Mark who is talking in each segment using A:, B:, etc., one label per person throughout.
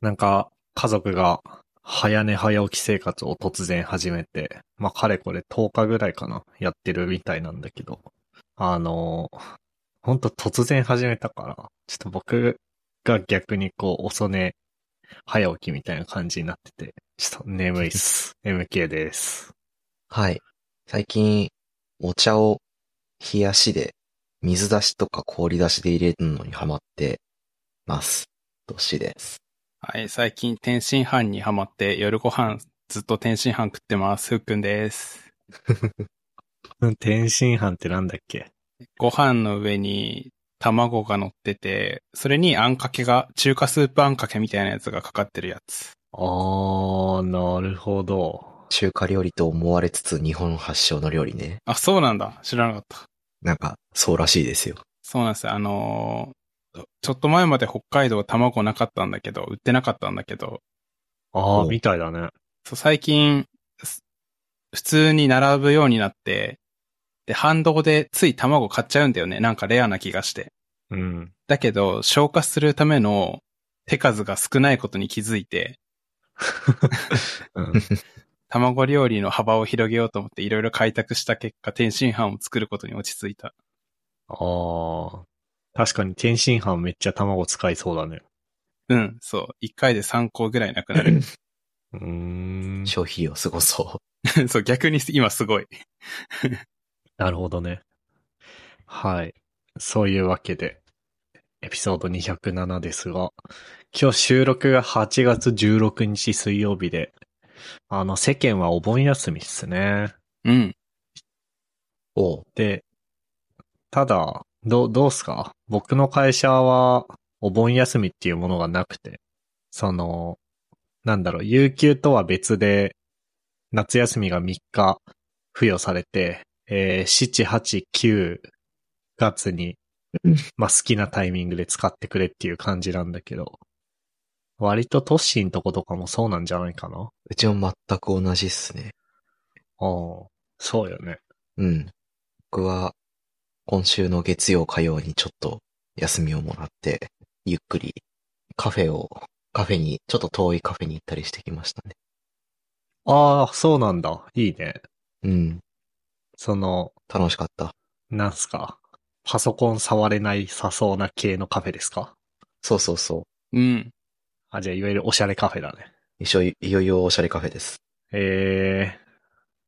A: なんか、家族が、早寝早起き生活を突然始めて、まあ、かれこれ10日ぐらいかな、やってるみたいなんだけど、あの、ほんと突然始めたから、ちょっと僕が逆にこう、遅寝、早起きみたいな感じになってて、ちょっと眠いっす。MK です。
B: はい。最近、お茶を冷やしで、水出しとか氷出しで入れるのにハマってます。どっしです。
C: はい、最近天津飯にハマって夜ご飯ずっと天津飯食ってます。ふっくんです。
A: うん天津飯ってなんだっけ
C: ご飯の上に卵が乗ってて、それにあんかけが、中華スープあんかけみたいなやつがかかってるやつ。
A: あー、なるほど。
B: 中華料理と思われつつ日本発祥の料理ね。
C: あ、そうなんだ。知らなかった。
B: なんか、そうらしいですよ。
C: そうなんですよ。あのーちょっと前まで北海道卵なかったんだけど、売ってなかったんだけど、
A: あ
B: お
A: ー、みたいだね。
C: そう最近、す普通に並ぶようになって、で、反動でつい卵買っちゃうんだよね。なんかレアな気がして。
A: うん。
C: だけど、消化するための手数が少ないことに気づいて、
A: うん、
C: 卵料理の幅を広げようと思っていろいろ開拓した結果、天津飯を作ることに落ち着いた。
A: あー。確かに天津飯めっちゃ卵使いそうだね。
C: うん、そう。一回で3個ぐらいなく なる。
A: うーん。
B: 消費量すごそ
C: そう、逆に今すごい。
A: なるほどね。はい。そういうわけで、エピソード207ですが、今日収録が8月16日水曜日で、あの、世間はお盆休みっすね。
C: うん。
B: う。おう。
A: で、ただ、どう、どうすか僕の会社は、お盆休みっていうものがなくて、その、なんだろう、有給とは別で、夏休みが3日付与されて、えー、7、8、9月に
B: うん、
A: まあ、好きなタイミングで使ってくれっていう感じなんだけど、割と都心とことかもそうなんじゃないかな
B: うちも全く同じっすね。
A: ああ、そうよね。
B: うん。僕は、今週の月曜火曜にちょっと休みをもらって、ゆっくりカフェを、カフェに、ちょっと遠いカフェに行ったりしてきましたね。
A: ああ、そうなんだ。いいね。
B: うん。
A: その、
B: 楽しかった。
A: なんすかパソコン触れないさそうな系のカフェですか
B: そうそうそう。
C: うん。
A: あ、じゃあいわゆるおしゃれカフェだね。
B: 一緒、いよいよおしゃれカフェです。
A: え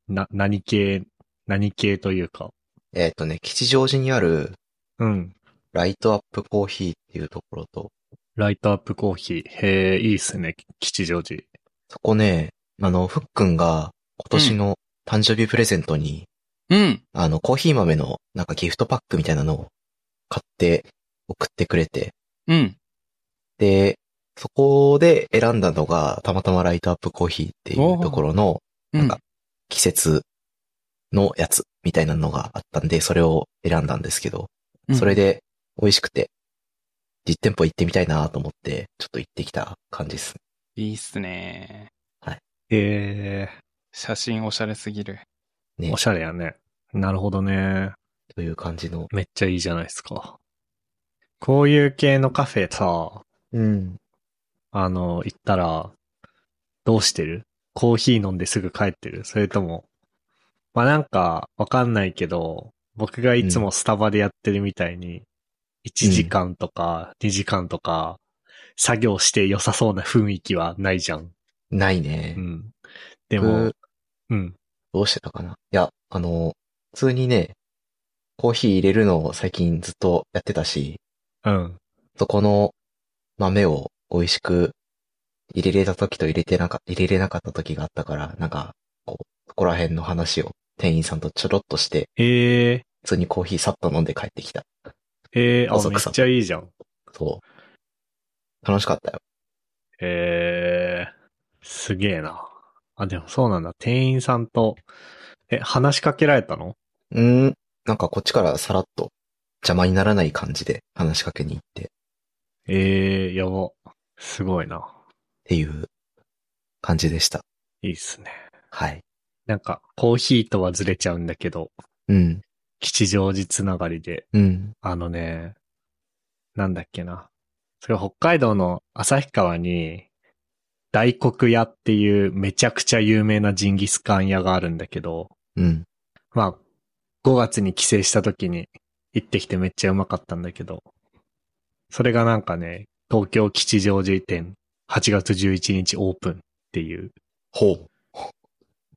A: ー、な、何系、何系というか。
B: えっ、とね、吉祥寺にある
A: うん。
B: ライトアップコーヒーっていうところと、
A: ライトアップコーヒー。へえ、いいっすね。吉祥寺。
B: そこね、あの、ふっくんが今年の誕生日プレゼントに、
C: うん。
B: あの、コーヒー豆のなんかギフトパックみたいなのを買って送ってくれて、
C: うん。
B: で、そこで選んだのが、たまたまライトアップコーヒーっていうところの
C: う
B: なん
C: ん
B: か。季節のやつみたいなのがあったんで、それを選んだんですけど、
C: うん
B: それ。で美味しくて、実店舗行ってみたいなと思って、ちょっと行ってきた感じです。
C: いいっすね。
A: へえ、
C: 写真おしゃれすぎる。
B: ね
A: お。しゃれやね。なるほどね。
B: という感じの。
A: めっちゃいいじゃないですか。こういう系のカフェさ、
B: うん。
A: あの、行ったら、どうしてるコーヒー飲んですぐ帰ってるそれとも、まあ、なんか、わかんないけど、僕がいつもスタバでやってるみたいに、1時間とか2時間とか、作業して良さそうな雰囲気はないじゃん。
B: ないね。
A: うん。で
B: 僕
A: も、うん。
B: どうしてたかないや、あの、普通にね、コーヒー入れるのを最近ずっとやってたし、
A: うん。
B: そこの豆を美味しく入れれた時と入れてなか、入れれなかった時があったから、なんか、こう、そこら辺の話を店員さんとちょろっとして、
A: ええ
B: 普通にコーヒーさっと飲んで帰ってきた。
A: ええあ、
B: 遅
A: め
B: くさ
A: っちゃいいじゃん。
B: そう。楽しかったよ。
A: ええすげえな。あ、でもそうなんだ。店員さんと、え、話しかけられたの
B: うーん。なんかこっちからさらっと邪魔にならない感じで話しかけに行ってっ
A: ええやば。すごいな。
B: ていう感じでした。
A: いいっすね。
B: はい。
A: なんか、コーヒーとはずれちゃうんだけど、
B: うん。
A: 吉祥寺つながりで、
B: うん。
A: あのね、なんだっけな。それ北海道の旭川に、大黒屋っていうめちゃくちゃ有名なジンギスカン屋があるんだけど、
B: うん。
A: まあ、5月に帰省した時に行ってきてめっちゃうまかったんだけど、それがなんかね、東京吉祥寺店8月11日オープンっていう、
B: ほう。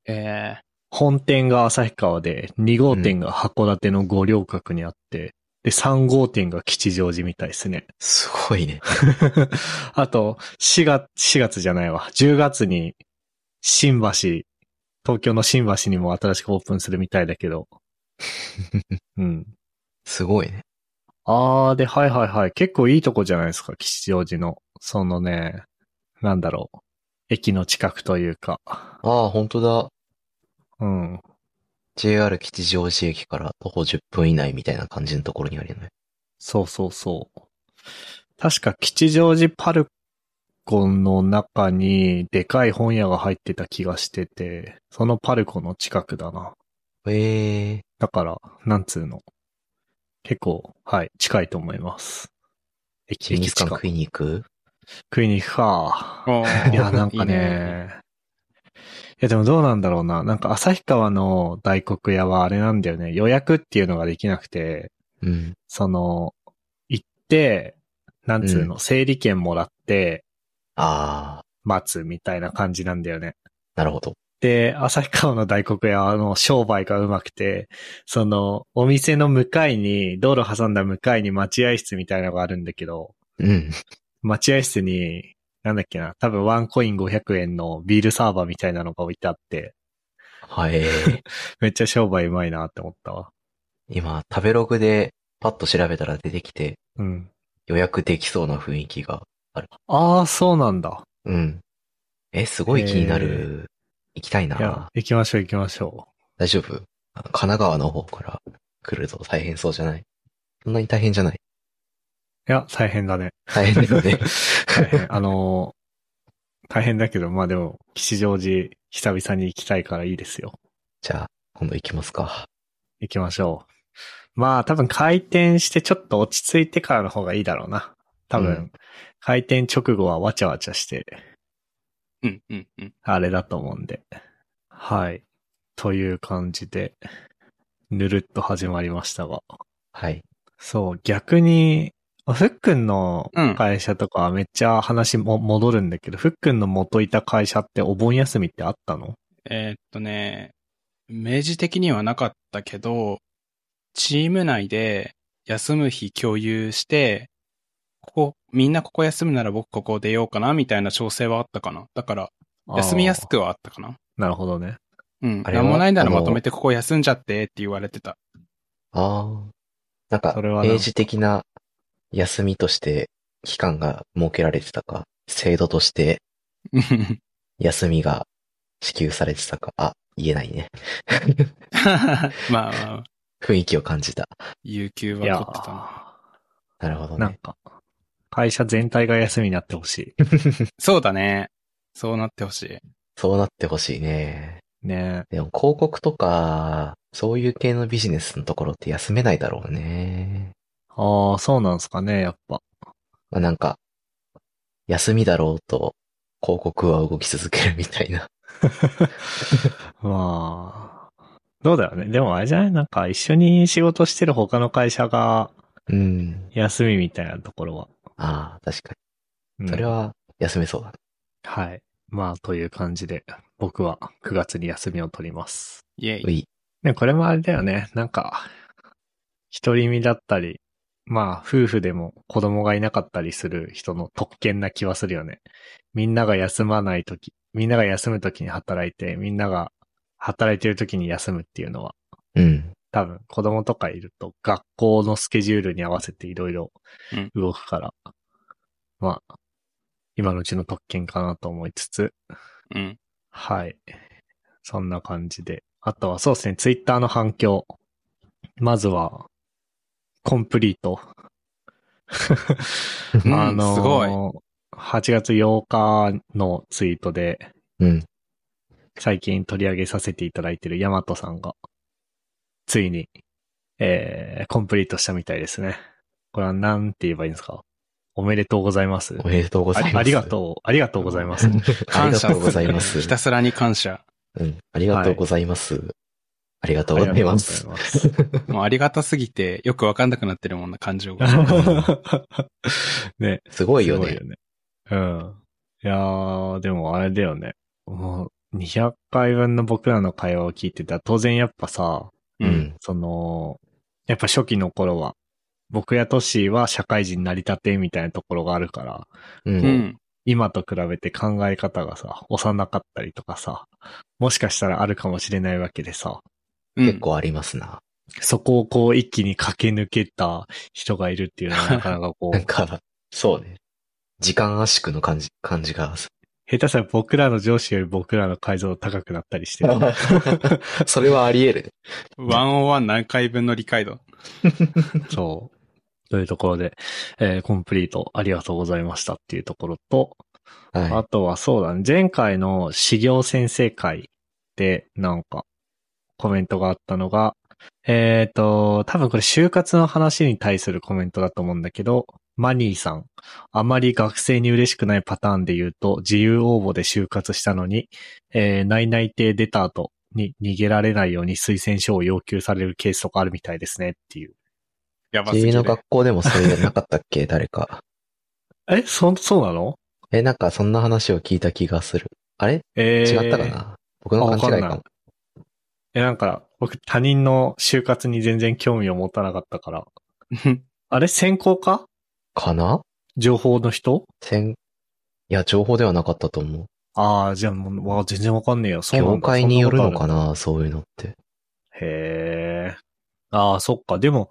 C: え
A: 本店が旭川で、2号店が函館の五稜郭にあって、で、3号店が吉祥寺みたいですね。
B: すごいね。
A: あと、4月、4月じゃないわ。10月に、新橋、東京の新橋にも新しくオープンするみたいだけど。うん。
B: すごいね。
A: あー、で、はいはいはい。結構いいとこじゃないですか、吉祥寺の。そのね、なんだろう。駅の近くというか。
B: ああ、本当だ。
A: うん。
B: JR 吉祥寺駅から徒歩10分以内みたいな感じのところにあるよね。
A: そうそうそう。確か吉祥寺パルコの中にでかい本屋が入ってた気がしてて、そのパルコの近くだな。
B: ええ
A: だから、なんつうの。結構、はい、近いと思います。駅
B: ジンギスカン
A: 駅
B: 食いに行く
A: 食いに行くか
C: ー。 おー
A: いや、なん
C: い
A: か
C: いね
A: ね。いや、でもどうなんだろうな。なんか、旭川の大黒屋はあれなんだよね。予約っていうのができなくて、
B: うん。
A: その、行って、なんつうの、整理券もらって、
B: ああ、
A: 待つみたいな感じなんだよね。
B: なるほど。
A: で、旭川の大黒屋はあの商売がうまくて、その、お店の向かいに、道路挟んだ向かいに待合室みたいなのがあるんだけど、
B: うん。
A: 待合室に、なんだっけな、多分ワンコイン500円のビールサーバーみたいなのが置いてあって、
B: はい。
A: めっちゃ商売うまいなって思ったわ。
B: 今、食べログでパッと調べたら出てきて
A: うん。
B: 予約できそうな雰囲気が。
A: ああ、そうなんだ。
B: うん。え、すごい気にな
A: へ
B: る。行きたい
A: いや
B: な。、
A: 行きましょう行きましょ。
B: 大丈夫あの神奈川の方から来ると大変そうじゃないそんなに大変じゃないう
A: いや、大変だね。
B: 大変だ よね。
A: 大変。あのー大変だけど、まあでも、吉祥寺、久々に行きたいからいいですよ。
B: じゃあ、今度行きますか。
A: 行きましょう。まあ多分回転してちょっと落ち着いてからの方がいいだろうな。多分、
B: うん
A: 回転直後はわちゃわちゃして、
C: うん、うん、うん。
A: あれだと思うんで。はい。という感じで、ぬるっと始まりましたが。
B: はい。
A: そう、逆に、ふっくんの
C: うん
A: 会社とかめっちゃ話も戻るんだけど、ふっくんの元いた会社ってお盆休みってあったの
C: えーっとね、明示的にはなかったけど、チーム内で休む日共有して、ここ、みんなここ休むなら僕ここ出ようかな、みたいな調整はあったかな。だから、休みやす
A: あ
C: くはあったかな。
A: ーなるほどね。
C: うん。
B: あれは
C: なんもないなら
B: あの
C: まとめてここ休んじゃってって言われ てた。
B: ああ。なんか、
A: それはなんか
B: 明示的な休みとして期間が設けられてたか、制度として休みが支給されてたか、あ、言えないね。
C: まあまあ、
B: 雰囲気を感じた。
C: 有給
A: いや
C: は取ってたな。
A: ー
B: なるほど
A: なん
B: ね。
A: か、会社全体が休みになってほし
C: そうだね。そうなってほしい。
B: そうなってほしいね。
A: い。ね
B: でも広告とか、そういう系のビジネスのところって休めないだろうね。
A: ああ、そうなんすかね、やっぱ。
B: まあなんか、休みだろうと広告は動き続けるみたいな。
A: まあ、どうだよね。でもあれじゃないなんか一緒に仕事してる他の会社が
B: うん。
A: 休みみたいなところは。
B: ああ、確か
A: うん
B: に。それは休めそうだね。
A: はい。まあ、という感じで、僕は9月に休みを取ります。
C: イェ
B: う
C: イ。
B: い。
A: ね、これもあれだよね。なんか、独り身だったり、まあ、夫婦でも子供がいなかったりする人の特権な気はするよね。みんなが休まないとき、みんなが休むときに働いて、みんなが働いてるときに休むっていうのは、
B: うん。
A: 多分子供とかいると学校のスケジュールに合わせていろいろ
C: うん
A: 動くから、まあ、今のうちの特権かなと思いつつ、
C: うん。
A: はい。そんな感じで。あとはそうですね、ツイッターの反響。まずは、コンプリート。
C: うん
A: あのー
C: すごい
A: 8月8日のツイートで、
B: うん。
A: 最近取り上げさせていただいているヤマトさんが、ついに、えー、コンプリートしたみたいですね。これは何て言えばいいんですかおめでとうございます。
B: おめでとうございます。
A: ありがとう、ありがとうございます。
B: あり
C: 感
B: が
C: 謝
B: とうございます
C: ひ。たすらに感謝。
B: うん。ありがとうございます。ありがとうございま
A: あ
B: す。
A: りがとうございます。
C: もうありがたすぎてよくわかんなくなってるもんな感情が。
A: ね、
B: すごいよ
A: すごい
B: ね
A: よ。ね。うん。いやー、でもあれだよね。もう、200回分の僕らの会話を聞いてたら、当然やっぱさ、
B: う。ん。
A: その、やっぱ初期の頃は、僕やトシは社会人になりたてみたいなところがあるから、
B: う。
C: うんん。
A: 今と比べて考え方がさ、幼かったりとかさ、もしかしたらあるかもしれないわけでさ、
C: うん
B: 結。構ありますな。
A: そこをこう一気に駆け抜けた人がいるっていうのはなかなか こう
B: なん、か、そうね。時間圧縮の感じ、感じが。
A: 下手したら僕らの上司より僕らの解像度高くなったり して る。
B: それはあり得る。
C: 101何回分の理解度。
A: そう。というところで、えーコンプリートありがとうございましたっていうところと、あ
B: は
A: とはそうだね、前回の修行先生会でなんかコメントがあったのが、えっ、と、多分これ就活の話に対するコメントだと思うんだけど、マニーさん、あまり学生に嬉しくないパターンで言うと、自由応募で就活したのに、えー、内内定出た後に逃げられないように推薦書を要求されるケースとかあるみたいですねっていう。
C: や
B: い。
C: ばすぎ
B: 君
C: る
B: の。学校でもそれなかったっ け誰か。
A: え、そ、そうなの
B: え、なんかそんな話を聞いた気がする。あれ
A: えー
B: 違ったかな僕の勘違い
A: あ
B: か
A: わかんない
B: も。
A: え、なんか、僕他人の就活に全然興味を持たなかったから。あれ専攻か
B: かな
A: 情報の人
B: せん、いや、情報ではなかったと思う。
A: ああ、じゃあもう、わあ全然わかんねえよ。そうな
B: 業
A: んだ
B: 界によるの
A: そ
B: か
A: んなこ
B: なそういうのって。
A: とあるへえ。ああ、そっか。でも、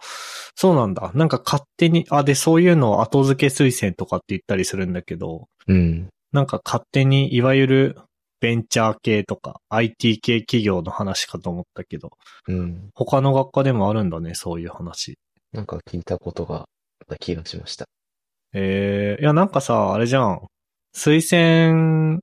A: そうなんだ。なんか勝手に、あ、で、そういうのを後付け推薦とかって言ったりするんだけど、
B: うん。
A: なんか勝手に、いわゆる、ベンチャー系とか、IT 系企業の話かと思ったけど、
B: うん。
A: 他の学科でもあるんだね、そういう話。
B: なんか聞いたことがあった気がしました。
A: ええいや、なんかさ、あれじゃん。推薦っ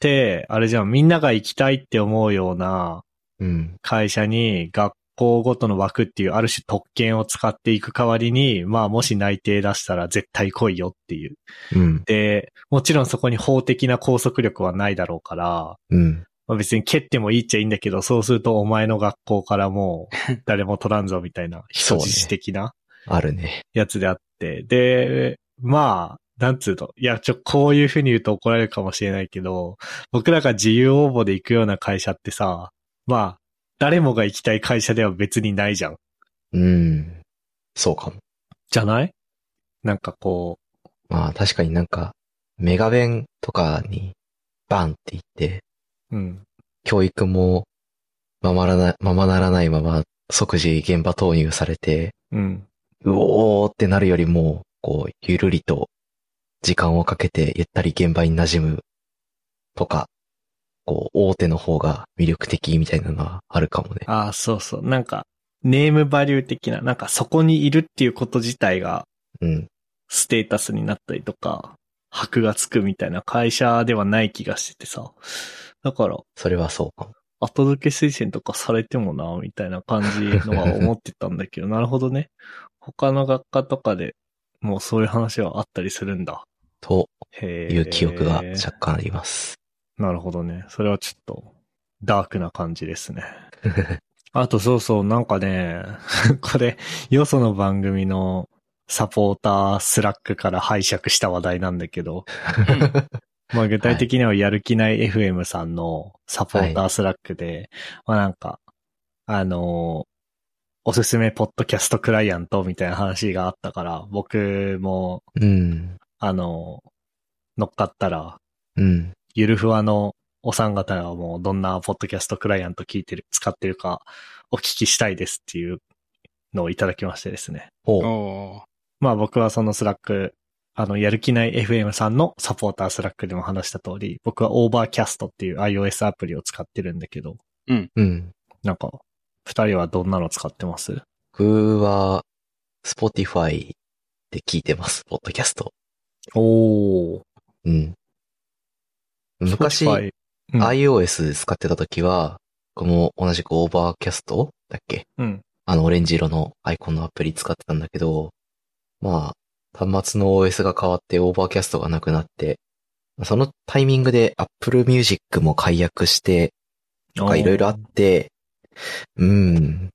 A: て、あれじゃん、みんなが行きたいって思うような
B: うん。
A: 会社に学校ごとの枠っていうある種特権を使っていく代わりに、まあもし内定出したら絶対来いよっていう。
B: うん。
A: で、もちろんそこに法的な拘束力はないだろうから、
B: うん。
A: まあ、別に蹴ってもいいっちゃいいんだけど、そうするとお前の学校からもう誰も取らんぞみたいな、
B: そう
A: 人
B: ね
A: 質的な。
B: あるね。
A: やつであって、で、まあ、なんつうの。いや、ちょ、こういう風に言うと怒られるかもしれないけど、僕らが自由応募で行くような会社ってさ、まあ、誰もが行きたい会社では別にないじゃん。
B: うん。そうかも。
A: じゃないなんかこ
B: まあ確かになんか、メガ弁とかにバンって言って、
A: う、うん。
B: 教育もままらな、ままならないまま即時現場投入されて、
A: うん。
B: うおーってなるよりも、こう、ゆるりと時間をかけてゆったり現場に馴染むとか、こう、大手の方が魅力的みたいなのはあるかもね。
A: ああ、そうそう。なんか、ネームバリュー的な、なんかそこにいるっていうこと自体が
B: うん。
A: ステータスになったりとか、箔がつくみたいな会社ではない気がしててさ。だから、
B: それはそうかも。
A: 後付け推薦とかされてもな、みたいな感じのは思ってたんだ けど、なるほどね。他の学科とかでもうそういう話はあったりするんだ。
B: と
A: へえ。
B: いう記憶が若干あります。
A: なるほどね。それはちょっと、ダークな感じですね。 あとそうそう、なんかね、 これ、よその番組のサポータースラックから拝借した話題なんだけど、 まあ具体的にはやる気ない FM さんのサポータースラックで、まあなんか、あのーおすすめポッドキャストクライアントみたいな話があったから、僕も、
B: うん。
A: あのー乗っかったら、
B: うん。
A: ゆるふわのお三方がもうどんなポッドキャストクライアント聞いてる、使ってるかお聞きしたいですっていうのをいただきましてですね。
B: おう
C: お
A: まあ僕はそのスラック、あの、やる気ない FM さんのサポータースラックでも話した通り、僕はオーバーキャストっていう iOS アプリを使ってるんだけど、
B: うん。
A: なんか、二人はどんなの使ってます
B: 僕は、Spotify で聞いてます、ポッドキャスト。
A: おー。
B: うん。昔、
A: Spotify うん、
B: iOS 使ってた時は、僕も同じくオーバーキャストだっけ
A: うん。
B: あの、オレンジ色のアイコンのアプリ使ってたんだけど、まあ、端末の OS が変わってオーバーキャストがなくなって、そのタイミングで Apple Music も解約して、とかいろいろあって、うん、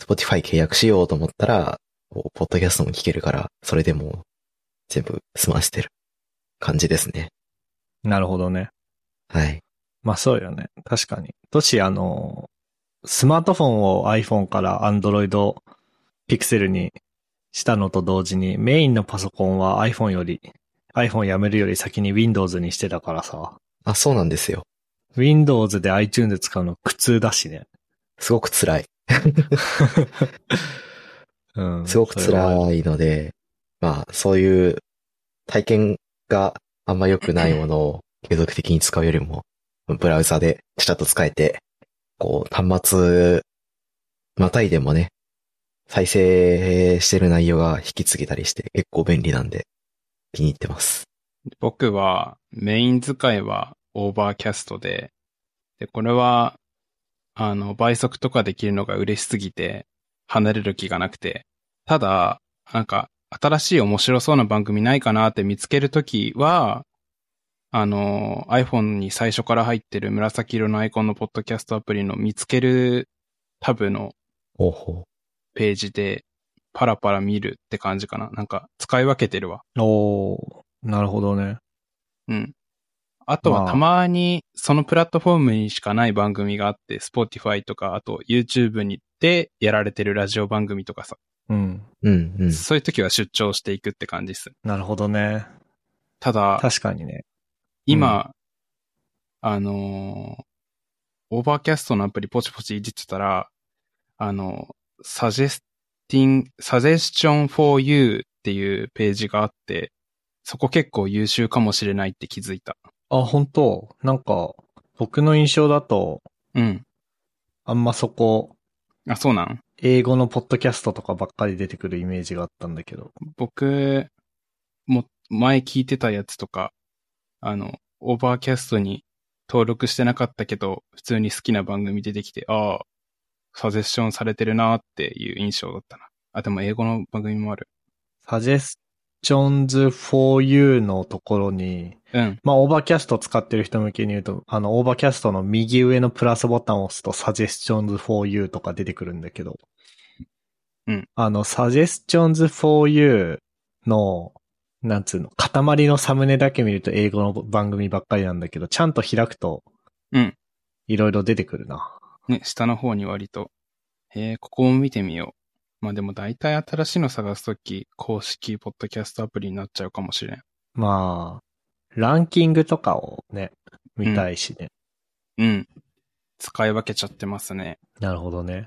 B: Spotify 契約しようと思ったら、こうポッドキャストも聞けるから、それでもう全部済ましてる感じですね。
A: なるほどね。
B: はい。
A: まあそうよね。確かに。都市あの、スマートフォンを iPhone から Android Pixel にしたのと同時に、メインのパソコンは iPhone より、iPhone やめるより先に Windows にしてたからさ、
B: あ、そうなんですよ。
A: Windows で iTunes 使うの苦痛だしね。
B: すごく辛い。
A: うん。
B: すごく
A: それは。
B: 辛いので、まあ、そういう体験があんま良くないものを継続的に使うよりも、ブラウザでちゃっと使えて、こう、端末、またいでもね、再生してる内容が引き継げたりして結構便利なんで、気に入ってます。
C: 僕はメイン使いはオーバーキャストで、で、これは、あの、倍速とかできるのが嬉しすぎて、離れる気がなくて、ただ、なんか、新しい面白そうな番組ないかなって見つけるときは、あの、iPhone に最初から入ってる紫色のアイコンのポッドキャストアプリの見つけるタブの
B: おうほ
C: ページで、パラパラ見るって感じかな。なんか、使い分けてるわ。
A: おーなるほどね。
C: うん。あとは
A: まあ
C: たまにそのプラットフォームにしかない番組があって、Spotify とか、あと YouTube にでやられてるラジオ番組とかさ、
A: うん。
B: う。うん、うん。
C: そういう時は出張していくって感じです。
A: なるほどね。
C: ただ、
A: 確かにね。
C: 今、あのーオーバーキャストのアプリポチポチいじってたら、あの、サジェスティン、サジェスチョン for you っていうページがあって、そこ結構優秀かもしれないって気づいた。
A: あ、本当なんか、僕の印象だと、
C: うん。
A: あんまそこ、
C: あ、そうなん
A: 英語のポッドキャストとかばっかり出てくるイメージがあったんだけど。
C: 僕も前聞いてたやつとか、あの、オーバーキャストに登録してなかったけど、普通に好きな番組出てきて、ああ、サジェッションされてるなっていう印象だったな。あ、でも英語の番組もある。
A: suggestions for you のところに、
C: うん。
A: まあ、オーバーキャスト使ってる人向けに言うと、あの、オーバーキャストの右上のプラスボタンを押すと suggestions for you とか出てくるんだけど。
C: うん。
A: あの、suggestions for you の、なんつうの、塊のサムネだけ見ると英語の番組ばっかりなんだけど、ちゃんと開くと、
C: うん。
A: いろいろ出てくるな。
C: ね、下の方に割と。えー、ここも見てみよう。まあでも大体新しいの探すとき、公式ポッドキャストアプリになっちゃうかもしれん。
A: まあ、ランキングとかをね、見たいしね。
C: うん。使い分けちゃってますね。
A: なるほどね。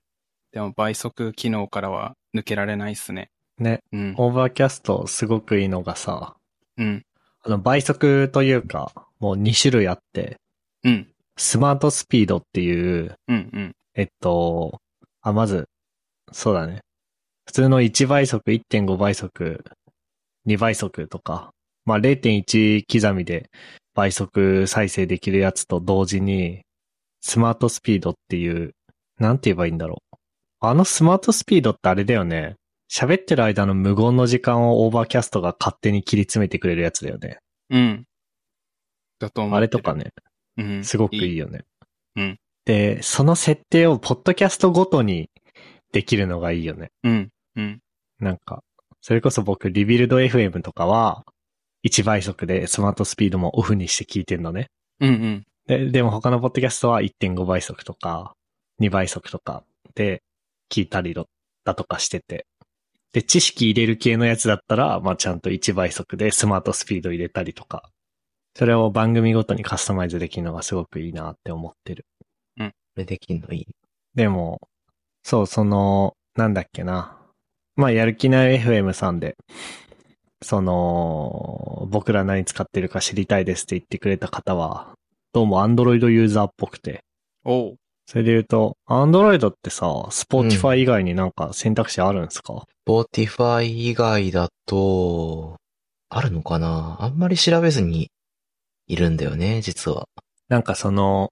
C: でも倍速機能からは抜けられないっすね。
A: ね、
C: うん。
A: オーバーキャストすごくいいのがさ、
C: うん。
A: あの倍速というか、もう2種類あって、
C: うん。
A: スマートスピードっていう、
C: うん。うん。
A: えっと、あ、まず、そうだね。普通の1倍速、1.5倍速、2倍速とか、まあ0.1刻みで倍速再生できるやつと同時に、スマートスピードっていう、なんて言えばいいんだろう。あのスマートスピードってあれだよね。喋ってる間の無言の時間をオーバーキャストが勝手に切り詰めてくれるやつだよね。
C: うん。だと思う。
A: あれとかね。
C: うん。
A: すごくいい
C: い。
A: よね。
C: うん
A: で、その設定をポッドキャストごとにできるのがいいよね。
C: うん。うん。
A: なんか、それこそ僕、リビルド FM とかは、1倍速でスマートスピードもオフにして聞いてんのね。
C: うん。うん。
A: で、でも他のポッドキャストは1.5倍速とか、2倍速とかで聞いたりだとかしてて。で、知識入れる系のやつだったら、まあちゃんと1倍速でスマートスピード入れたりとか。それを番組ごとにカスタマイズできるのがすごくいいなって思ってる。
B: これできんのいい。
A: でも、そう、その、なんだっけな。まあ、やる気ない FM さんで、その、僕ら何使ってるか知りたいですって言ってくれた方は、どうも Android ユーザーっぽくて。
C: おう。
A: それで言うと、Android ってさ、Spotify 以外になんか選択肢あるんですか、
B: Spotify 以外だと、あるのかなあんまり調べずにいるんだよね、実は。
A: なんかその、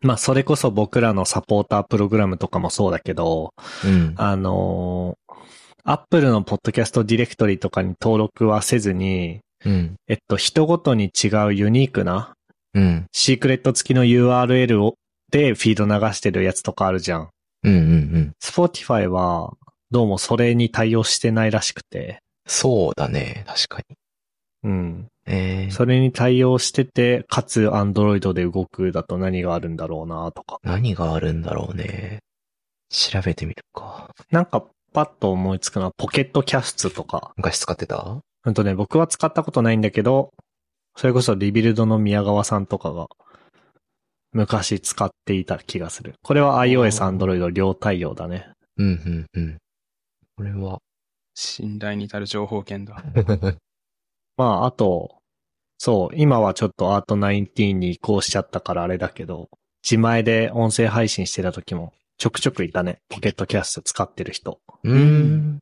A: まあ、それこそ僕らのサポータープログラムとかもそうだけど、
B: うん。
A: あのーアップルのポッドキャストディレクトリとかに登録はせずに、
B: うん。
A: えっと、人ごとに違うユニークな
B: うん。
A: シークレット付きの URL をでフィード流してるやつとかあるじゃん。
B: うんうんうん。
A: Spotify はどうもそれに対応してないらしくて、
B: そうだね。確かに。
A: うん。
B: えー、
A: それに対応してて、かつ Android で動くだと何があるんだろうなとか。
B: 何があるんだろうね。調べてみるか。
A: なんかパッと思いつくのはポケットキャストとか。
B: 昔使ってた
A: うんとね、僕は使ったことないんだけど、それこそリビルドの宮川さんとかが昔使っていた気がする。これは iOS、
B: あー
A: Android 両対応だね。
B: うんうんうん。これは、
C: 信頼に足る情報源だ。
A: まあ、あと、そう、今はちょっとアート19に移行しちゃったからあれだけど、自前で音声配信してた時もちょくちょくいたね。ポケットキャスト使ってる人。
B: うーん。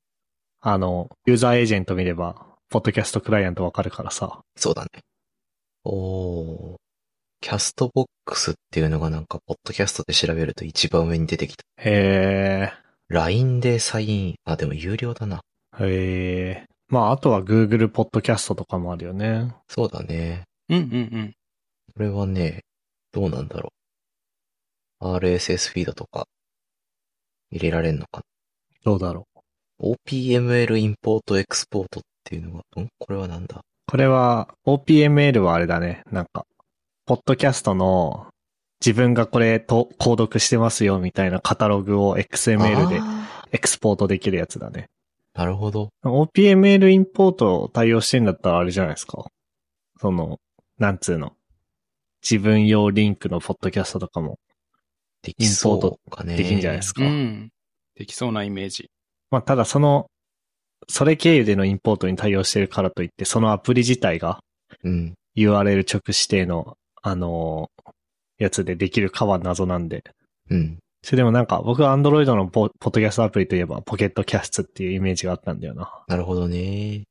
A: あの、ユーザーエージェント見れば、ポッドキャストクライアントわかるからさ。
B: そうだね。おー。キャストボックスっていうのがなんか、ポッドキャストで調べると一番上に出てきた。
A: へ
B: LINE でサインイン。あ、でも有料だな。
A: ー。へー。まあ、あとは Google ポッドキャストとかもあるよね。
B: そうだね。
C: うんうんうん。
B: これはね、どうなんだろう。RSS フィードとか、入れられんのか
A: どうだろう。
B: な。OPML インポートエクスポートっていうのが、んこれはなんだ
A: これは、OPML はあれだね。なんか、ポッドキャストの、自分がこれと、購読してますよみたいなカタログを XML で
B: あ
A: エクスポートできるやつだね。
B: ーなるほど。
A: OPML インポートを対応してんだったらあれじゃないですか。その、なんつうの。自分用リンクのポッドキャストとかも
B: できそうかね。
A: できんじゃないですか。
C: うん。できそうなイメージ。
A: まあ、ただその、それ経由でのインポートに対応してるからといって、そのアプリ自体が
B: うん。
A: URL 直指定の、あのーやつでできるかは謎なんで。
B: うん。
A: それでもなんか、僕は Android のポポッドキャストアプリといえば、ポケットキャストっていうイメージがあったんだよな。
B: なるほどね。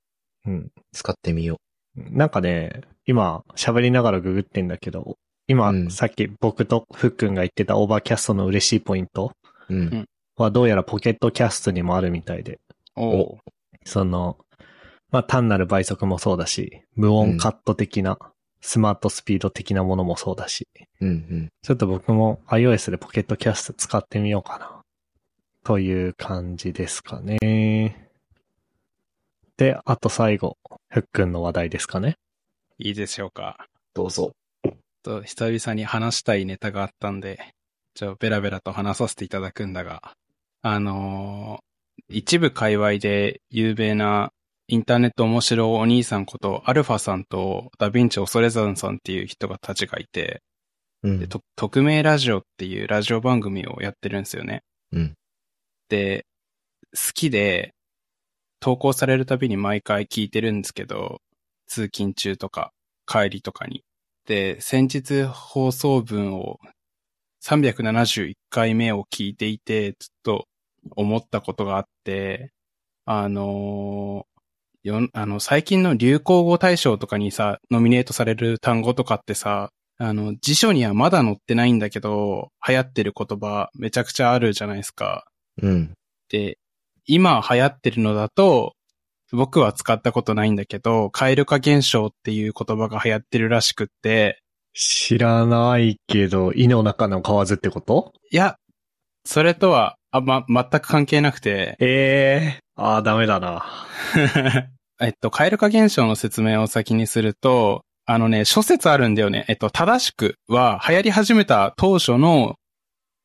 A: うん。
B: 使ってみよ
A: なんかね、今、喋りながらググってんだけど、今、
B: うん
A: さっき僕とふっくんが言ってたオーバーキャストの嬉しいポイント
B: う。うん。
C: ん
A: はどうやらポケットキャストにもあるみたいで。
C: おう
A: その、まあ、単なる倍速もそうだし、無音カット的な、スマートスピード的なものもそうだし、
B: うんうん。
A: ちょっと僕も iOS でポケットキャスト使ってみようかな。という感じですかね。で、あと最後、ふっくんの話題ですかね。
C: いいでしょうか。
B: どうぞ。
C: と、久々に話したいネタがあったんで、ちょ、ベラベラと話させていただくんだが、あのー一部界隈で有名なインターネット面白お兄さんことアルファさんとダヴィンチ恐れ山さんっていう人がたちがいて、
B: うん
C: で、と、匿名ラジオっていうラジオ番組をやってるんですよね。
B: うん
C: で、好きで、投稿されるたびに毎回聞いてるんですけど、通勤中とか、帰りとかに。で、先日放送分を371回目を聞いていて、ずっと思ったことがあって、あのーよんあの、最近の流行語大賞とかにさ、ノミネートされる単語とかってさ、あの、辞書にはまだ載ってないんだけど、流行ってる言葉めちゃくちゃあるじゃないですか。
B: うん。
C: で、今流行ってるのだと、僕は使ったことないんだけど、蛙化現象っていう言葉が流行ってるらしくって、
A: 知らないけど、胃の中の蛙ってこと
C: いや、それとは、あ、ま、全く関係なくて、
A: ええー、ああ、ダメだな。
C: えっと、蛙化現象の説明を先にすると、あのね、諸説あるんだよね。えっと、正しくは、流行り始めた当初の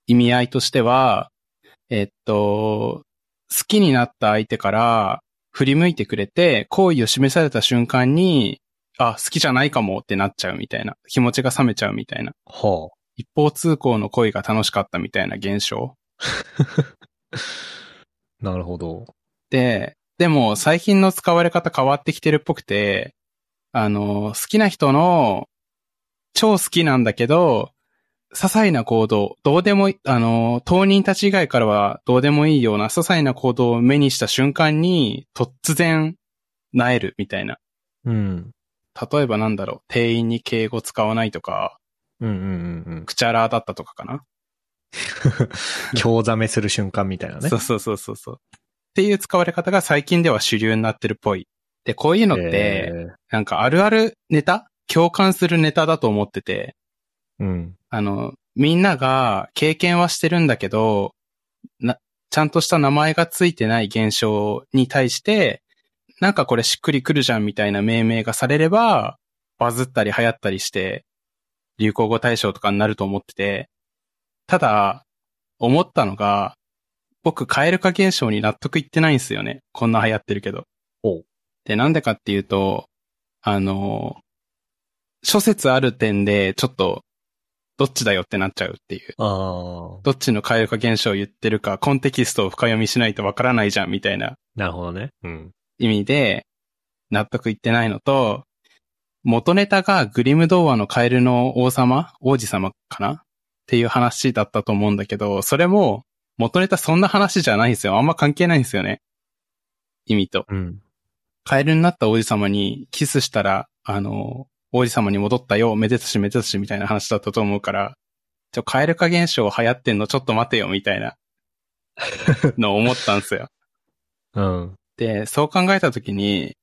C: 意味合いとしては、えっと、好きになった相手から振り向いてくれて、好意を示された瞬間に、あ、好きじゃないかもってなっちゃうみたいな。気持ちが冷めちゃうみたいな。
A: ほ
C: 一方通行の恋が楽しかったみたいな現象。
A: う。なるほど。
C: で、でも最近の使われ方変わってきてるっぽくて、あの、好きな人の、超好きなんだけど、些細な行動、どうでもいい、あの、当人たち以外からはどうでもいいような些細な行動を目にした瞬間に、突然、萎えるみたいな。
A: うん。
C: 例えばなんだろう、店員に敬語使わないとか、
A: うんうんうん うん。
C: くちゃらだったとかかな。
A: 興ざめする瞬間みたいなね
C: そう。そうそうそうそう。っていう使われ方が最近では主流になってるっぽい。で、こういうのって、なんかあるあるネタ共感するネタだと思ってて、
A: えーうん。
C: あの、みんなが経験はしてるんだけど、な、ちゃんとした名前がついてない現象に対して、なんかこれしっくりくるじゃんみたいな命名がされれば、バズったり流行ったりして、流行語大賞とかになると思ってて、ただ、思ったのが、僕、カエル化現象に納得いってないんですよね。こんな流行ってるけど
A: おう。
C: で、なんでかっていうと、あの、諸説ある点で、ちょっと、どっちだよってなっちゃうっていう。
A: ああ、
C: どっちの蛙化現象を言ってるか、コンテキストを深読みしないとわからないじゃん、みたいな
A: なるほどね。うん。
C: 意味で、納得いってないのと、元ネタがグリム童話のカエルの王様王子様かなっていう話だったと思うんだけど、それも、元ネタそんな話じゃないんですよ。あんま関係ないんですよね。意味と。
A: うん。
C: カエルになった王子様にキスしたら、あの、王子様に戻ったよ、めでたしめでたしみたいな話だったと思うから、ちょ、カエル化現象流行ってんのちょっと待てよ、みたいなのを思ったんですよ。
A: うん。
C: で、そう考えたときに、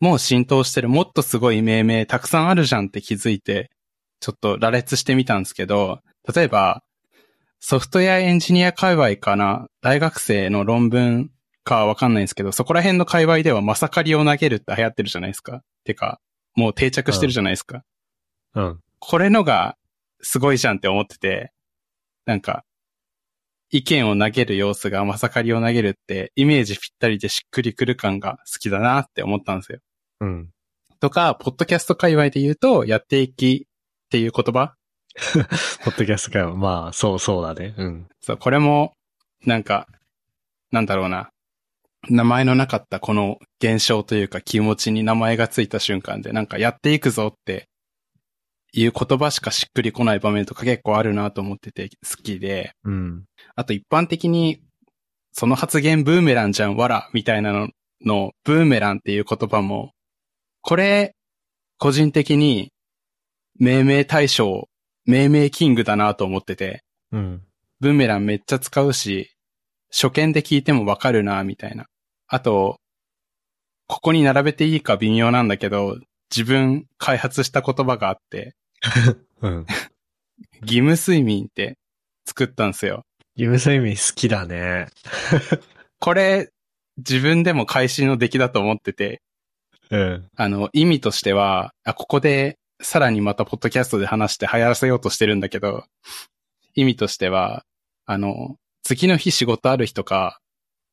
C: もう浸透してる、もっとすごい命名たくさんあるじゃんって気づいて、ちょっと羅列してみたんですけど、例えば、ソフトウェアエンジニア界隈かな、大学生の論文かわかんないんですけど、そこら辺の界隈ではマサカリを投げるって流行ってるじゃないですか。てか、もう定着してるじゃないですか。
A: うん。
C: これのがすごいじゃんって思ってて、なんか、意見を投げる様子がまさかりを投げるって、イメージぴったりでしっくりくる感が好きだなって思ったんですよ。
A: うん。
C: とか、ポッドキャスト界隈で言うと、やっていきっていう言葉
A: ポッドキャスト界は、まあ、そうそうだね。うん。
C: そう、これも、なんか、なんだろうな。名前のなかったこの現象というか気持ちに名前がついた瞬間で、なんかやっていくぞっていう言葉しかしっくりこない場面とか結構あるなと思ってて好きで、
A: うん。
C: あと一般的に、その発言ブーメランじゃん、わら、みたいなのの、ブーメランっていう言葉も、これ、個人的に、命名対象、命名キングだなと思ってて、
A: うん。
C: ブーメランめっちゃ使うし、初見で聞いてもわかるな、みたいな。あと、ここに並べていいか微妙なんだけど、自分開発した言葉があって、
A: うん。
C: 義務睡眠って作ったんですよ。
A: 夢睡眠好きだね。
C: これ、自分でも会心の出来だと思ってて、
A: うん。
C: あの、意味としては、あ、ここで、さらにまたポッドキャストで話して流行らせようとしてるんだけど、意味としては、あの、次の日仕事ある日とか、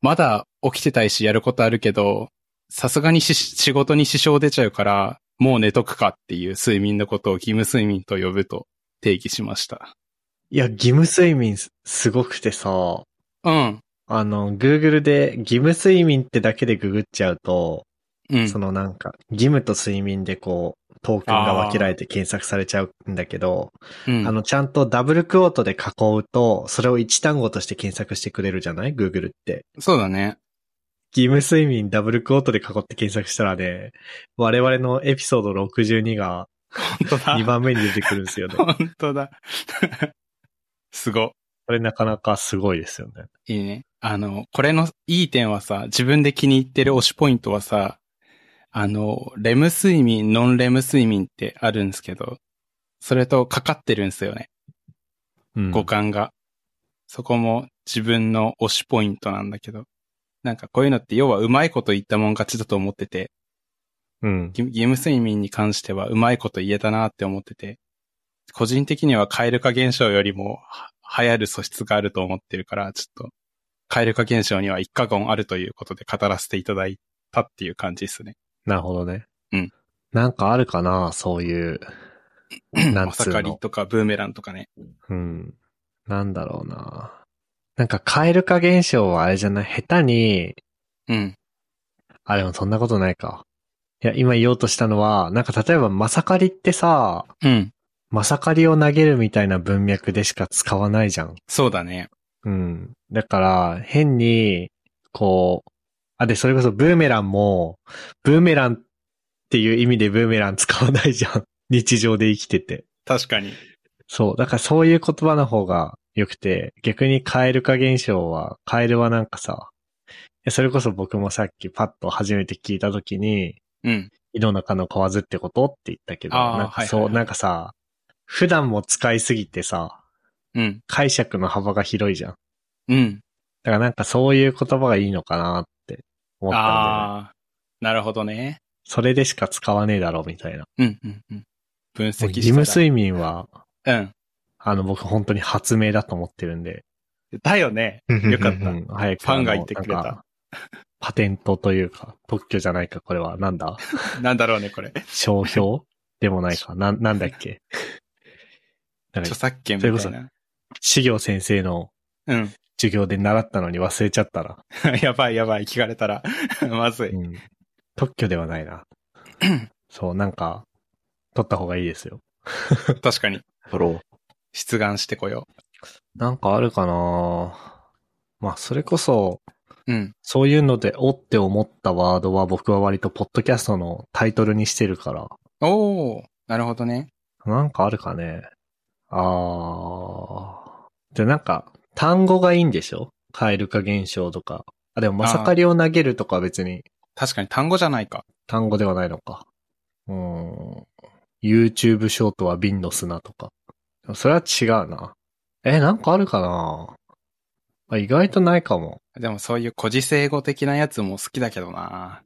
C: まだ起きてたいしやることあるけど、さすがにし仕事に支障出ちゃうから、もう寝とくかっていう睡眠のことを義務睡眠と呼ぶと定義しました。
A: いや、義務睡眠すすごくてさ、
C: うん。
A: あの、Google で義務睡眠ってだけでググっちゃうと、
C: うん。
A: そのなんか、義務と睡眠でこう、トークンが分けられて検索されちゃうんだけど、
C: うん
A: あの、ちゃんとダブルクオートで囲うと、それを一単語として検索してくれるじゃない ?Google って。
C: そうだね。
A: 義務睡眠ダブルクオートで囲って検索したらね、我々のエピソード62が
C: 本当だ。
A: 2番目に出てくるんですよ ね。
C: 本当だ。すご。
A: これなかなかすごいですよね。
C: いいね。あの、これのいい点はさ、自分で気に入ってる推しポイントはさ、あの、レム睡眠、ノンレム睡眠ってあるんですけど、それとかかってるんですよね、
A: うん。
C: 五感が。そこも自分の推しポイントなんだけど。なんかこういうのって要はうまいこと言ったもん勝ちだと思ってて、
A: うん。
C: 義義務睡眠に関してはうまいこと言えたなって思ってて、個人的には蛙化現象よりもは流行る素質があると思ってるから、ちょっと、蛙化現象には一過言あるということで語らせていただいたっていう感じですね。
A: なるほどね。
C: うん。
A: なんかあるかなそういう。なん
C: ま
A: つ
C: さ
A: う
C: かり
A: の。
C: とかブーメランとかね。
A: うん。なんだろうな。なんか、蛙化現象はあれじゃない下手に、
C: うん。
A: あ、でもそんなことないか。いや、今言おうとしたのは、なんか例えば、まさかりってさ、
C: うん。
A: まさかりを投げるみたいな文脈でしか使わないじゃん。
C: そうだね。
A: うん。だから、変に、こう、あ、で、それこそブーメランも、ブーメランっていう意味でブーメラン使わないじゃん。 日常で生きてて。
C: 確かに。
A: そう。だからそういう言葉の方が良くて、逆にカエル化現象は、カエルはなんかさ、やそれこそ僕もさっきパッと初めて聞いたときに、
C: うん。
A: 井の中の蛙ってことって言ったけど、
C: あー
A: なんかそう、
C: はいはいは
A: な
C: い
A: んかさ、普段も使いすぎてさ、
C: うん。
A: 解釈の幅が広いじゃん。だ
C: うん。
A: からなんかそういう言葉がいいのかなって思ったんで、
C: ああ、なるほどね。
A: それでしか使わねえだろうみたいな。
C: うん、うん、うん。分析した
A: もう
C: ら。
A: 義務睡眠は、
C: うん。
A: あの僕本当に発明だと思ってるんで、
C: だよね。よかっ
A: う
C: た。
A: ん、早く
C: ファンが
A: あの
C: 言ってくれた
A: なんかパテントというか、特許じゃないか、これは。なん だ
C: なんだろうね、こ れ。
A: 商標でもないか。なん、なんだっ け。なんか、
C: 著作権みたい
A: そ
C: な。
A: 修行先生の
C: うん。
A: 授業で習ったのに忘れちゃったら、
C: やばいやばい、聞かれたら。 まずい。
A: うん特許ではない な。そう、なんか、取った方がいいですよ。
C: 確かに。
B: 撮ろ
C: 出願してこよ
A: なんかあるかなまあ、それこそ、
C: う。うん。
A: そういうので、おって思ったワードは僕は割とポッドキャストのタイトルにしてるから、
C: おー、なるほどね。
A: なんかあるかね。あー。で、なんか、単語がいいんでしょ蛙化現象とか。あ、でも、まさかりを投げるとかは別に
C: 確かに単語じゃないか。
A: 単語ではないのか。うーん。YouTube ショートは瓶の砂とか。でもそれは違うな。え、なんかあるかなあ意外とないかも。
C: でもそういう古事成語的なやつも好きだけどな。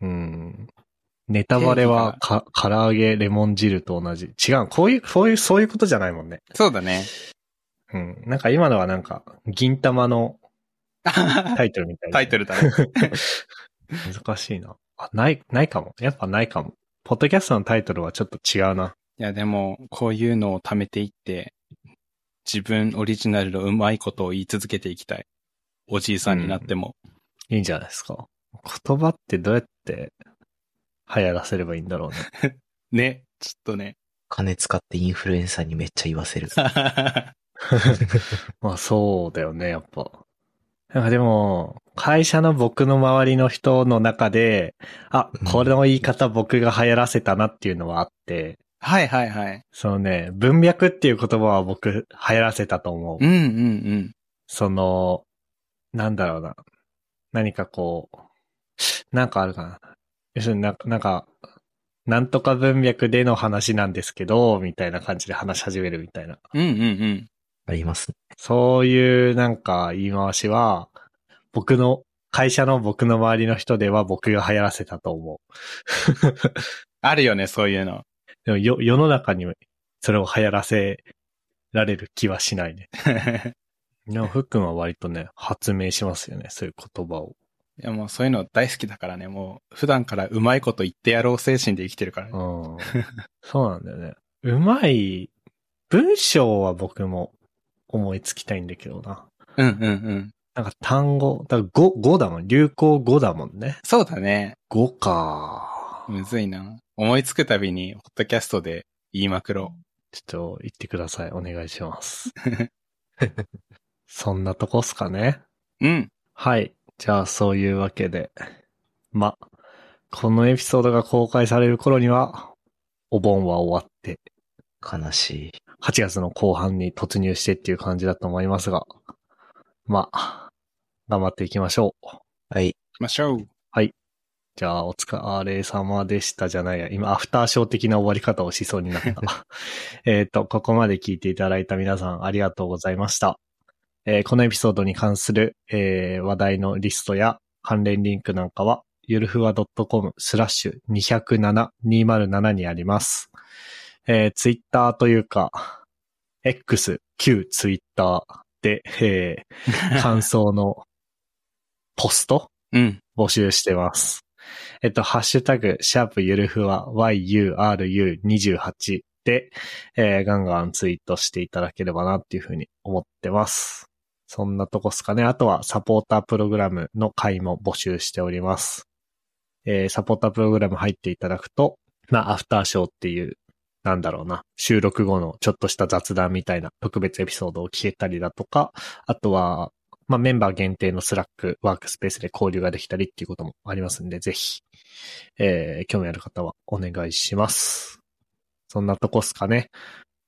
A: うん。ネタバレはか、唐揚げ、レモン汁と同じ。違う。こういう、そういう、そういうことじゃないもんね。
C: そうだね。
A: うん。なんか今のはなんか、銀玉のタイトルみたいな。
C: タイトルだね。
A: 難しいな。あ、ない、ないかも。やっぱないかも。ポッドキャストのタイトルはちょっと違うな。
C: いや、でも、こういうのを貯めていって、自分オリジナルのうまいことを言い続けていきたい。おじいさんになっても。
A: いいんじゃないですか。言葉ってどうやって流行らせればいいんだろうね。
C: ね。ちょっとね。
B: 金使ってインフルエンサーにめっちゃ言わせる。
A: まあそうだよね、やっぱ。なんかでも、会社の僕の周りの人の中で、あ、これの言い方僕が流行らせたなっていうのはあって、
C: はいはいはい。
A: そのね、文脈っていう言葉は僕流行らせたと思う
C: う。んうん
A: その、なんだろうな。何かこう、なんかあるかな。要するになんか、なんか、なんとか文脈での話なんですけど、みたいな感じで話し始めるみたいな。
C: うん。うんうんうん。
B: ありますね。
A: そういうなんか言い回しは、僕の、会社の僕の周りの人では僕が流行らせたと思う。
C: あるよね、そういうの。
A: でもよ、世の中にそれを流行らせられる気はしないね。でも、ふっくんは割とね、発明しますよね。そういう言葉を。
C: いやもうそういうの大好きだからね、もう普段からうまいこと言ってやろう精神で生きてるからね。
A: うんそうなんだよね。うまい、文章は僕も思いつきたいんだけどな。
C: うんうんうん。
A: なんか単語、だから語、語だもん。流行語だもんね。
C: そうだね。
A: 語か。
C: むずいな。思いつくたびに、ホットキャストで言いまくろ
A: ちょっと言ってください。お願いします。そんなとこっすかね。
C: う。うん。
A: はい。じゃあ、そういうわけで。ま、このエピソードが公開される頃には、お盆は終わって、
B: 悲しい。
A: 8月の後半に突入してっていう感じだと思いますが、まあ、頑張っていきましょう。
B: はい。
C: 行きましょう。
A: じゃあ、お疲れ様でしたじゃないや。今、アフターショー的な終わり方をしそうになった。 えっと、ここまで聞いていただいた皆さんありがとうございました。えーこのエピソードに関する、えー話題のリストや関連リンクなんかは、ゆるふわ .com スラッシュ207、207にあります。えー、ツイッターというか、X、旧ツイッターで、え ー感想のポスト
C: うん。
A: 募集してます。えっと、ハッシュタグ、シャープゆるふわ、yuru28 で、えーガンガンツイートしていただければなっていうふうに思ってます。そんなとこっすかね。あとは、サポータープログラムの会も募集しております。えーサポータープログラム入っていただくと、まあ、アフターショーっていう、なんだろうな、収録後のちょっとした雑談みたいな特別エピソードを聞けたりだとか、あとは、まあ、メンバー限定のスラック、ワークスペースで交流ができたりっていうこともありますんで、ぜひ、えー、興味ある方はお願いします。そんなとこっすかね。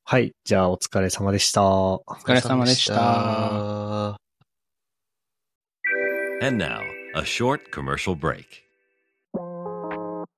A: はい。じゃあ、お疲れ様でした。
C: お疲れ様でし
B: お疲れ
C: た
B: 様で。
D: And now, a short commercial break.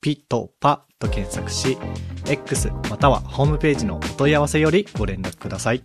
A: ピトパと検索し X またはホームページのお問い合わせよりご連絡ください。